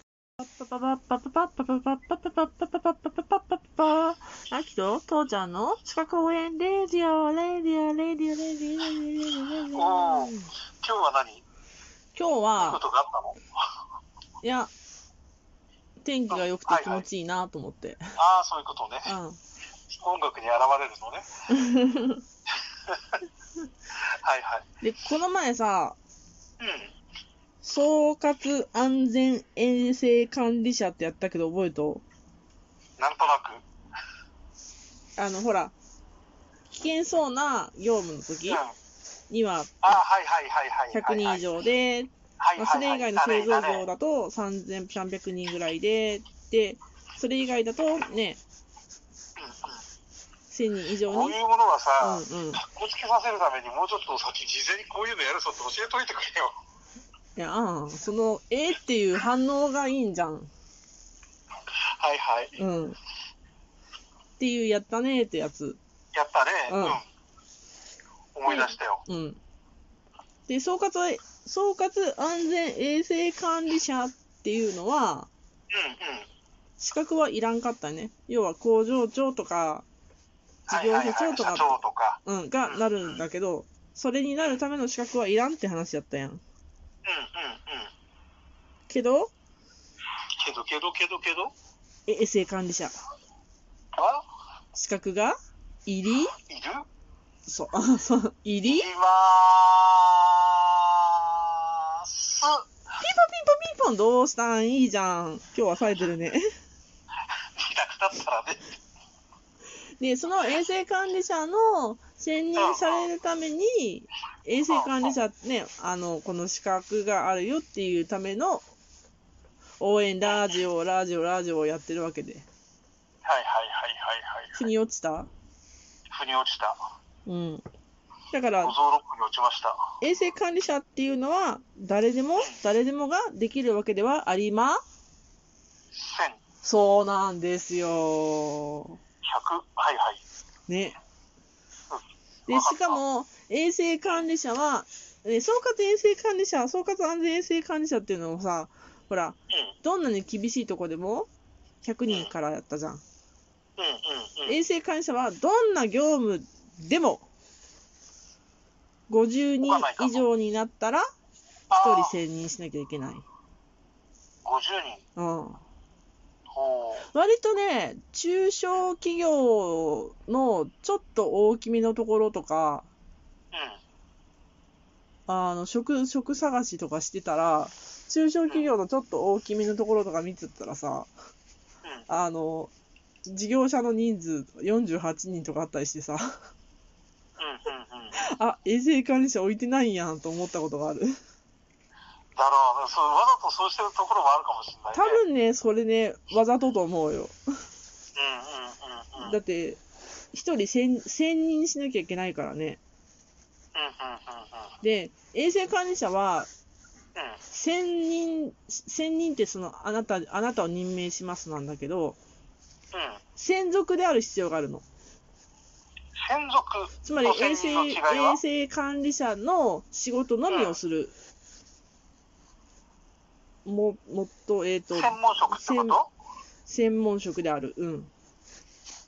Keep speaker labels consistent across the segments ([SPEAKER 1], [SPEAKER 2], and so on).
[SPEAKER 1] パッパパパッパパッパパッパパッパパッパパッパパッパッパパパ。あきと父ちゃんの地下公園レディオレディオレディオレディオレディオレディオ
[SPEAKER 2] おー今日は何いい
[SPEAKER 1] 今日
[SPEAKER 2] こ
[SPEAKER 1] は
[SPEAKER 2] とがあった の
[SPEAKER 1] いや天気が良くて気持ちいいなと思って、
[SPEAKER 2] ああ、そういうことね。
[SPEAKER 1] うん
[SPEAKER 2] 音楽に現れるのね。 はいはい。
[SPEAKER 1] でこの前さ
[SPEAKER 2] うん。
[SPEAKER 1] 総括安全衛生管理者ってやったけど覚えと
[SPEAKER 2] なんとなく。
[SPEAKER 1] あのほら危険そうな業務の時
[SPEAKER 2] うん。あ
[SPEAKER 1] には
[SPEAKER 2] あ、はいはいはいはいはい。
[SPEAKER 1] 100人以上で
[SPEAKER 2] はい
[SPEAKER 1] ま
[SPEAKER 2] は
[SPEAKER 1] あ、そ
[SPEAKER 2] いはい。
[SPEAKER 1] れ以外の製造業だと3300人ぐらいで、で、それ以外だとね、1000人以
[SPEAKER 2] うん
[SPEAKER 1] 上
[SPEAKER 2] うんこう
[SPEAKER 1] に
[SPEAKER 2] い。うものは
[SPEAKER 1] う
[SPEAKER 2] さ、
[SPEAKER 1] んうん。い
[SPEAKER 2] かっこつけさせるためにもうちょっと先、事前にこういうのやるぞって教えといてくれよ。
[SPEAKER 1] や、あんその、えーっていう反応がいいんじゃん。
[SPEAKER 2] はいはい。
[SPEAKER 1] うん。っていう、やったねーってやつ。
[SPEAKER 2] やったね。
[SPEAKER 1] う
[SPEAKER 2] うんん。思い出したよ。
[SPEAKER 1] うん。で、総括は、総括安全衛生管理者っていうのは、
[SPEAKER 2] うんうん。
[SPEAKER 1] 資格はいらんかったね。要は工場長とか、事
[SPEAKER 2] はい
[SPEAKER 1] 業
[SPEAKER 2] はい
[SPEAKER 1] 所長
[SPEAKER 2] はい。
[SPEAKER 1] と
[SPEAKER 2] 社
[SPEAKER 1] か、
[SPEAKER 2] 長とか。
[SPEAKER 1] うん、がなるんだけど、それになるための資格はいらんって話やったやん。
[SPEAKER 2] うんうんうん。
[SPEAKER 1] けど、
[SPEAKER 2] けどけどけどけど。
[SPEAKER 1] え衛生管理者、
[SPEAKER 2] あ
[SPEAKER 1] 資格が入り
[SPEAKER 2] いる
[SPEAKER 1] そう、 あそう、入り
[SPEAKER 2] い
[SPEAKER 1] ピン
[SPEAKER 2] まーす。
[SPEAKER 1] ポンピンポンどうしたんいいじゃん。今日は冴えてるね。
[SPEAKER 2] いなくなったらね。
[SPEAKER 1] で、その衛生管理者の選任されるために、衛生管理者ね、あの、この資格があるよっていうための応援ラジオ、ラジオ、ラジオをやってるわけで。
[SPEAKER 2] はいはいはいはいはい。
[SPEAKER 1] 腑に落ちた
[SPEAKER 2] 腑に落ちた。
[SPEAKER 1] うん。だから
[SPEAKER 2] 五、臓六腑に落ちました。
[SPEAKER 1] 衛生管理者っていうのは、誰でも、誰でもができるわけではありま
[SPEAKER 2] 千
[SPEAKER 1] そうなんですよ。
[SPEAKER 2] 百はいはい。
[SPEAKER 1] ね。
[SPEAKER 2] う
[SPEAKER 1] で、
[SPEAKER 2] ん
[SPEAKER 1] しかも、衛生管理者は、え総括衛生管理者、総括安全衛生管理者っていうのをさ、ほら、どんなに厳しいとこでも、100人からやったじゃん。
[SPEAKER 2] うんうんうんうん。
[SPEAKER 1] 衛生管理者は、どんな業務でも、50人以上になったら、1人
[SPEAKER 2] 人。
[SPEAKER 1] 選任しなきゃいけない。
[SPEAKER 2] 五十人。
[SPEAKER 1] うん。
[SPEAKER 2] ほう。
[SPEAKER 1] 割とね、中小企業のちょっと大きめのところとか、
[SPEAKER 2] うん。
[SPEAKER 1] あの職職探しとかしてたら、中小企業のちょっと大きめのところとか見てたらさ、
[SPEAKER 2] うん。
[SPEAKER 1] あの事業者の人数48人とかあったりしてさ、
[SPEAKER 2] うんうんうん。
[SPEAKER 1] あ衛生管理者置いてないんやんと思ったことがある。
[SPEAKER 2] だろうね。そうわざとそうしてるところもあるかもしれないね。
[SPEAKER 1] 多分ね、それね、わざとと思うよ。
[SPEAKER 2] うんうんうんうん。うんうんうん
[SPEAKER 1] だって、一人選選任しなきゃいけないからね。
[SPEAKER 2] う
[SPEAKER 1] で、衛生管理者は
[SPEAKER 2] んうん。うん。
[SPEAKER 1] 専任、専任ってその、あなた、あなたを任命しますなんだけど、
[SPEAKER 2] うん。
[SPEAKER 1] 専属である必要があるの。
[SPEAKER 2] 専属。
[SPEAKER 1] つまり、衛
[SPEAKER 2] 専
[SPEAKER 1] 生、
[SPEAKER 2] 任の違い
[SPEAKER 1] 衛
[SPEAKER 2] は
[SPEAKER 1] 生管理者の仕事のみをする。も、もっと、えっ、と、
[SPEAKER 2] 専門職ってこと
[SPEAKER 1] 専門職である。うん。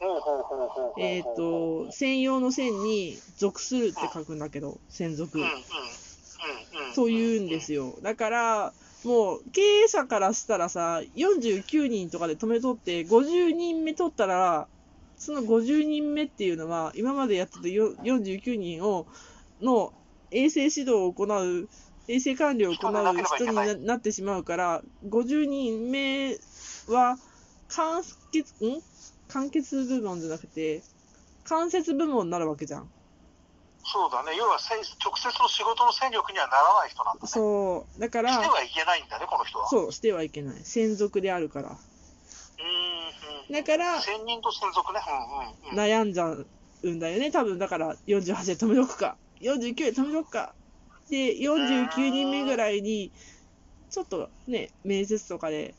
[SPEAKER 2] ほうほうほうほうほうほう。
[SPEAKER 1] えっ、と、専用の専に属するって書くんだけど、専属。と言うんです
[SPEAKER 2] よ。
[SPEAKER 1] よ。だから、もう経営者からしたらさ、49人とかで止めとって、50人目取ったら、その50人目っていうのは、今までやってたよ49人を、の衛生指導を行う、衛生管理を行う人にななってしまうから、50人目は、完結、ん完結部門じゃなくて、間接部門になるわけじゃん。
[SPEAKER 2] そうだね、要はせん直接の仕事の戦力にはならない人なんだね。して
[SPEAKER 1] そう。だから、
[SPEAKER 2] はいけないんだね、この人は。う
[SPEAKER 1] そう、してはいけない。専属であるから。
[SPEAKER 2] ーん。
[SPEAKER 1] だから、
[SPEAKER 2] 専任と専属ね。うんうんうん。うん。
[SPEAKER 1] 悩んじゃうんだよね。多分、だから、48で止めとくか、49で止めとくか。で、49人目ぐらいに、ちょっとね、面接とかで、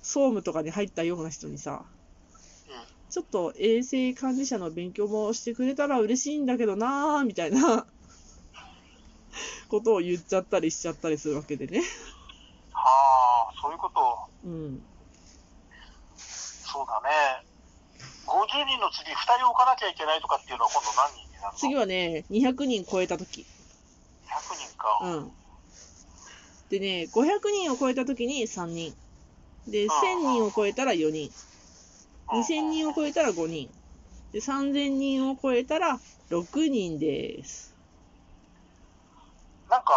[SPEAKER 1] 総務とかに入ったような人にさ、ちょっと衛生管理者の勉強もしてくれたら嬉しいんだけどなー、みたいなことを言っちゃったりしちゃったりするわけでね。
[SPEAKER 2] はあ、そういうこ
[SPEAKER 1] う
[SPEAKER 2] と。
[SPEAKER 1] ん。
[SPEAKER 2] そうだね。50人の次、2人置かなきゃいけないとかっていうのは今度何人になるの
[SPEAKER 1] 次はね、200人超えたとき。
[SPEAKER 2] 100人か。
[SPEAKER 1] うん。でね、500人を超えたときに3人。で、1000
[SPEAKER 2] あー
[SPEAKER 1] 人を超えたら4人。2000人を超えたら5人。で、3000人を超えたら6人です。
[SPEAKER 2] なんか、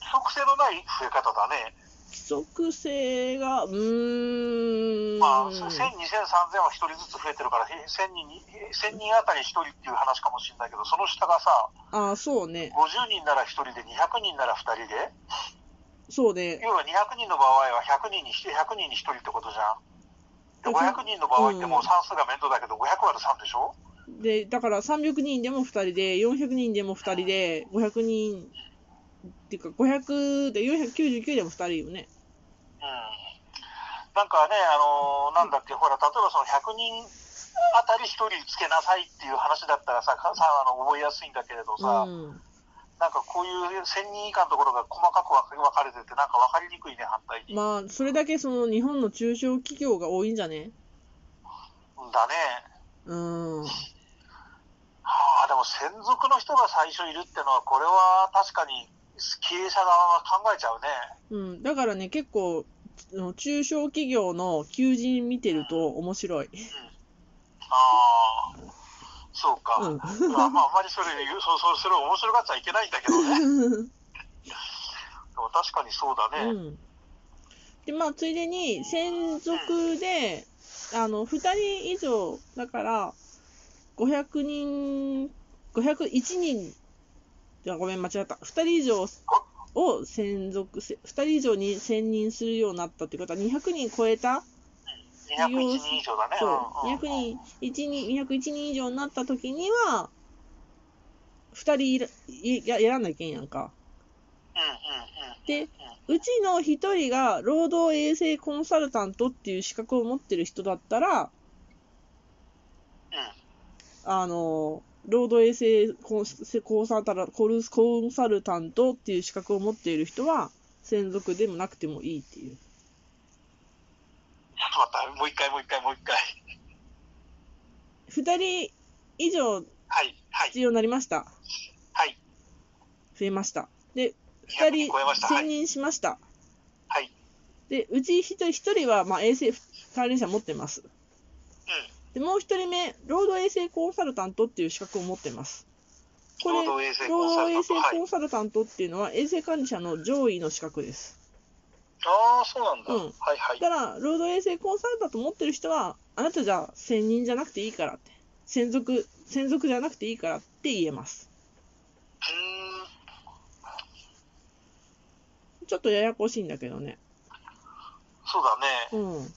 [SPEAKER 2] 規則性のない増え方だね。
[SPEAKER 1] 規則性が、うーん。
[SPEAKER 2] まあ、1000、2000、3000は1人ずつ増えてるから、1000人に、1000人あたり1人っていう話かもしれないけど、その下がさ、
[SPEAKER 1] ああ、そうね。
[SPEAKER 2] 50人なら1人で、200人なら2人で、
[SPEAKER 1] そうね。
[SPEAKER 2] 要は200人の場合は100人に1人、100人に1人ってことじ
[SPEAKER 1] う
[SPEAKER 2] ゃん。で、
[SPEAKER 1] ん
[SPEAKER 2] 500人の場合ってもう算数が面倒だけど、500割る3でしょ
[SPEAKER 1] で、だから300人でも2人で、400人でも2人で、500人、っていうか500で499でも2人よね。
[SPEAKER 2] うんなんかね、あのーなんだっけ、ほら、例えばその100人あたり1人つけなさいっていう話だったらさ、かさあの覚えやすいんだけれど
[SPEAKER 1] う
[SPEAKER 2] さ、
[SPEAKER 1] ん。
[SPEAKER 2] なんかこういう1000人以下のところが細かく分かれてて、なんか分かりにくいね、反対に。
[SPEAKER 1] まあ、それだけその日本の中小企業が多いんじゃね
[SPEAKER 2] だね。
[SPEAKER 1] うん。
[SPEAKER 2] はあ、でも専属の人が最初いるってのは、これは確かに経営者側は考えちゃうね。
[SPEAKER 1] うん。だからね、結構、あの中小企業の求人見てると面白い。
[SPEAKER 2] ああ、そうか。
[SPEAKER 1] うん
[SPEAKER 2] まあ、まあ、あんまりそれ 言う、そう、そう、それを面白がっちゃいけないんだけどね。でも確かにそうだね。
[SPEAKER 1] うん。で、まあ、ついでに、専属で、あの、2人以上、だから、500人、501人、じゃごめん、間違った。2人以上を専属せ、2人以上に専任するようになったってことは、200人超えた
[SPEAKER 2] 201人以上だね。
[SPEAKER 1] そう、
[SPEAKER 2] んん
[SPEAKER 1] 200人、1人、201人以上になった時には、2人いらいややらなきゃいけんやんか。
[SPEAKER 2] うんうんうん。
[SPEAKER 1] で、うちの1人が労働衛生コンサルタントっていう資格を持ってる人だったら、あの、労働衛生コンコンサルタンコルコンサルタントっていう資格を持っている人は、専属でもなくてもいいっていう。
[SPEAKER 2] ちょっと待って、もう一回、もう一回、もう一回。
[SPEAKER 1] 2人以上
[SPEAKER 2] はい、はい、
[SPEAKER 1] 必要になりました。
[SPEAKER 2] はい。
[SPEAKER 1] 増えました。で、
[SPEAKER 2] 200
[SPEAKER 1] 2
[SPEAKER 2] 人超えま
[SPEAKER 1] 人
[SPEAKER 2] した。は
[SPEAKER 1] 専
[SPEAKER 2] い、
[SPEAKER 1] 任しました。
[SPEAKER 2] はい。
[SPEAKER 1] で、うち一人一人は、まあ、衛生関連者持ってます。で、もう一人目、労働衛生コンサルタントっていう資格を持ってます。これ、
[SPEAKER 2] 労働衛生コ
[SPEAKER 1] 労
[SPEAKER 2] ンサル
[SPEAKER 1] 働
[SPEAKER 2] タ
[SPEAKER 1] 衛生
[SPEAKER 2] ント。はい
[SPEAKER 1] コ。ンサルタントっていうのは、衛生管理者の上位の資格です。
[SPEAKER 2] ああ、そうなんだ。
[SPEAKER 1] うん
[SPEAKER 2] はい、はい。
[SPEAKER 1] だから、労働衛生コンサルタント持ってる人は、あなたじゃ専任じゃなくていいからって、専属、専属じゃなくていいからって言えます。
[SPEAKER 2] うーん。
[SPEAKER 1] ちょっとややこしいんだけどね。
[SPEAKER 2] そうだね。
[SPEAKER 1] うん。
[SPEAKER 2] うん、うん、うん、うん。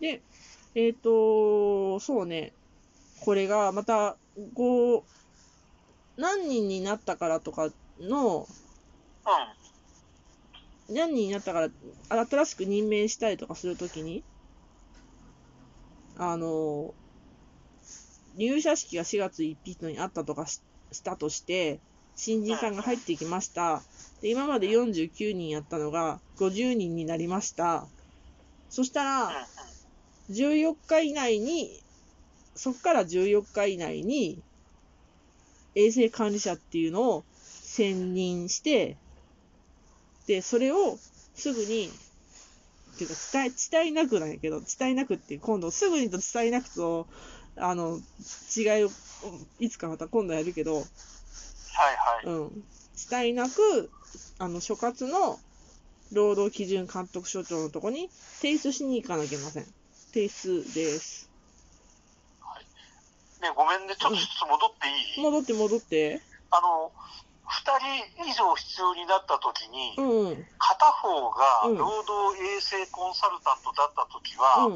[SPEAKER 1] で、えっ、と、そうね、これがまた、こう、何人になったからとかの、
[SPEAKER 2] うん。
[SPEAKER 1] 何人になったから、新しく任命したりとかするときに、あの、入社式が4月1日にあったとかししたとして、新人さんが入ってきました。で、今まで49人やったのが50人になりました。そしたら
[SPEAKER 2] うん、うん、
[SPEAKER 1] 14日以内に、そこから14日以内に、衛生管理者っていうのを選任して、で、それをすぐに、っていうか伝え、伝えなくなんやけど、伝えなくって、今度すぐにと伝えなくと、あの、違いを、いつかまた今度やるけど、
[SPEAKER 2] はい、はい。
[SPEAKER 1] うん。伝えなく、あの、所轄の労働基準監督署長のとこに提出しに行かなきゃいけません。提出です。
[SPEAKER 2] ね、ごめんね、ち
[SPEAKER 1] う
[SPEAKER 2] ょっと
[SPEAKER 1] ん
[SPEAKER 2] ちょっと戻っていい、
[SPEAKER 1] 戻って戻って。
[SPEAKER 2] あの、2人以上必要になったときに、
[SPEAKER 1] うんうん。うん。
[SPEAKER 2] 片方が
[SPEAKER 1] うん
[SPEAKER 2] 労働衛生コンサルタントだったときは、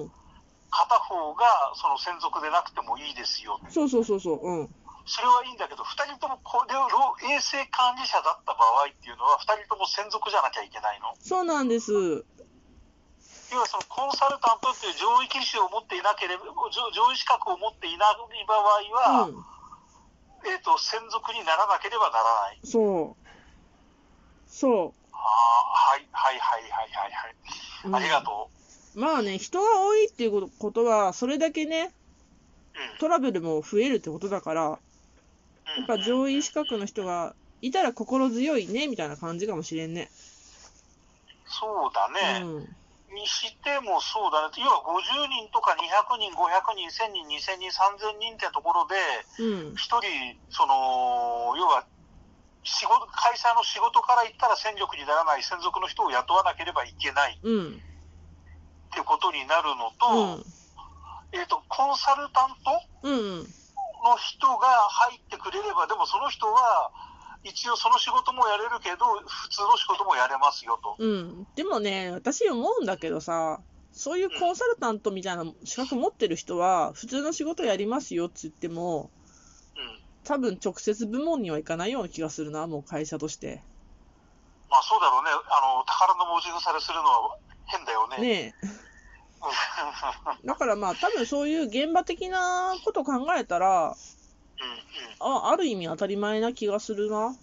[SPEAKER 2] 片方がその専属でなくてもいいですよ。
[SPEAKER 1] そうそうそうそう。うん。
[SPEAKER 2] それはいいんだけど、2人ともこれを労衛生管理者だった場合っていうのは、2人とも専属じゃなきゃいけないの。
[SPEAKER 1] そうなんです。
[SPEAKER 2] 要はそのコンサルタントっていう上位機種を持っていなければ、上上位資格を持っていない場
[SPEAKER 1] う
[SPEAKER 2] 合は、
[SPEAKER 1] ん。
[SPEAKER 2] えっ、と、専属にならなければならない。
[SPEAKER 1] そう。そう。
[SPEAKER 2] あーはいはいはいはいはいはい。
[SPEAKER 1] うん
[SPEAKER 2] ありがとう。
[SPEAKER 1] まあね、人が多いっていうことことは、それだけね、
[SPEAKER 2] うん。
[SPEAKER 1] トラブルも増えるってことだから、やっぱ上位資格の人がいたら心強いね、みたいな感じかもしれんね。
[SPEAKER 2] そうだ
[SPEAKER 1] う
[SPEAKER 2] ね。
[SPEAKER 1] ん。
[SPEAKER 2] にしてもそうだね。要は50人とか200人、500人、1000人、2000人、3000人ってところで、
[SPEAKER 1] うん。
[SPEAKER 2] 一人、その、要は、仕事、会社の仕事から言ったら戦力にならない専属の人を雇わなければいけない
[SPEAKER 1] うん。
[SPEAKER 2] ってことになるの
[SPEAKER 1] う
[SPEAKER 2] と、
[SPEAKER 1] ん。
[SPEAKER 2] えっ、と、コンサルタント
[SPEAKER 1] うん。
[SPEAKER 2] の人が入ってくれれば、でもその人は、一応その仕事もやれるけど、普通の仕事もやれますよと。
[SPEAKER 1] うん。でもね、私思うんだけどさ、そういうコンサルタントみたいな資格持ってる人は、普通の仕事やりますよって言っても、
[SPEAKER 2] うん。
[SPEAKER 1] 多分直接部門にはいかないような気がするな、もう会社として。
[SPEAKER 2] まあそうだろうね。あの、宝の文字腐れするのは変だよね。
[SPEAKER 1] ねえ。
[SPEAKER 2] うんう
[SPEAKER 1] だからまあ、多分そういう現場的なことを考えたら、
[SPEAKER 2] んうん。
[SPEAKER 1] あある意味当たり前な気がするな。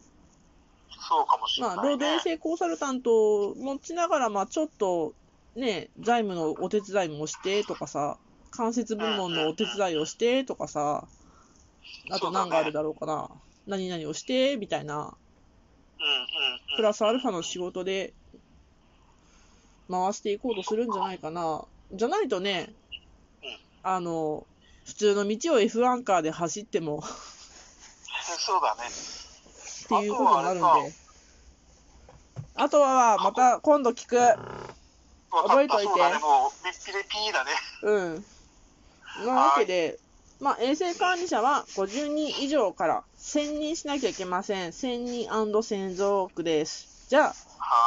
[SPEAKER 2] そうかもしれな
[SPEAKER 1] まあ、
[SPEAKER 2] い、ね。
[SPEAKER 1] 労働衛生コンサルタントを持ちながら、まあ、ちょっと、ね、財務のお手伝いもしてとかさ、間接部門のお手伝いをしてとかさ、あと何があるだろうかな、何々をしてみたいな、
[SPEAKER 2] うんうんうん。
[SPEAKER 1] プラスアルファの仕事で回していこうとするんじゃないかな。じゃないとね
[SPEAKER 2] うん、
[SPEAKER 1] あの、普通の道を F1 カーで走ってもっ
[SPEAKER 2] そうだね。
[SPEAKER 1] ていうことになるんで。あとは、また今度聞く。
[SPEAKER 2] わか
[SPEAKER 1] 覚え
[SPEAKER 2] っ
[SPEAKER 1] て
[SPEAKER 2] た
[SPEAKER 1] おいて
[SPEAKER 2] そうだね。もう、みっぴれピーだね。
[SPEAKER 1] うん。なわけで、まあ、衛生管理者は50人以上から1000人しなきゃいけません。1000人先増区です。じゃあ、
[SPEAKER 2] はい。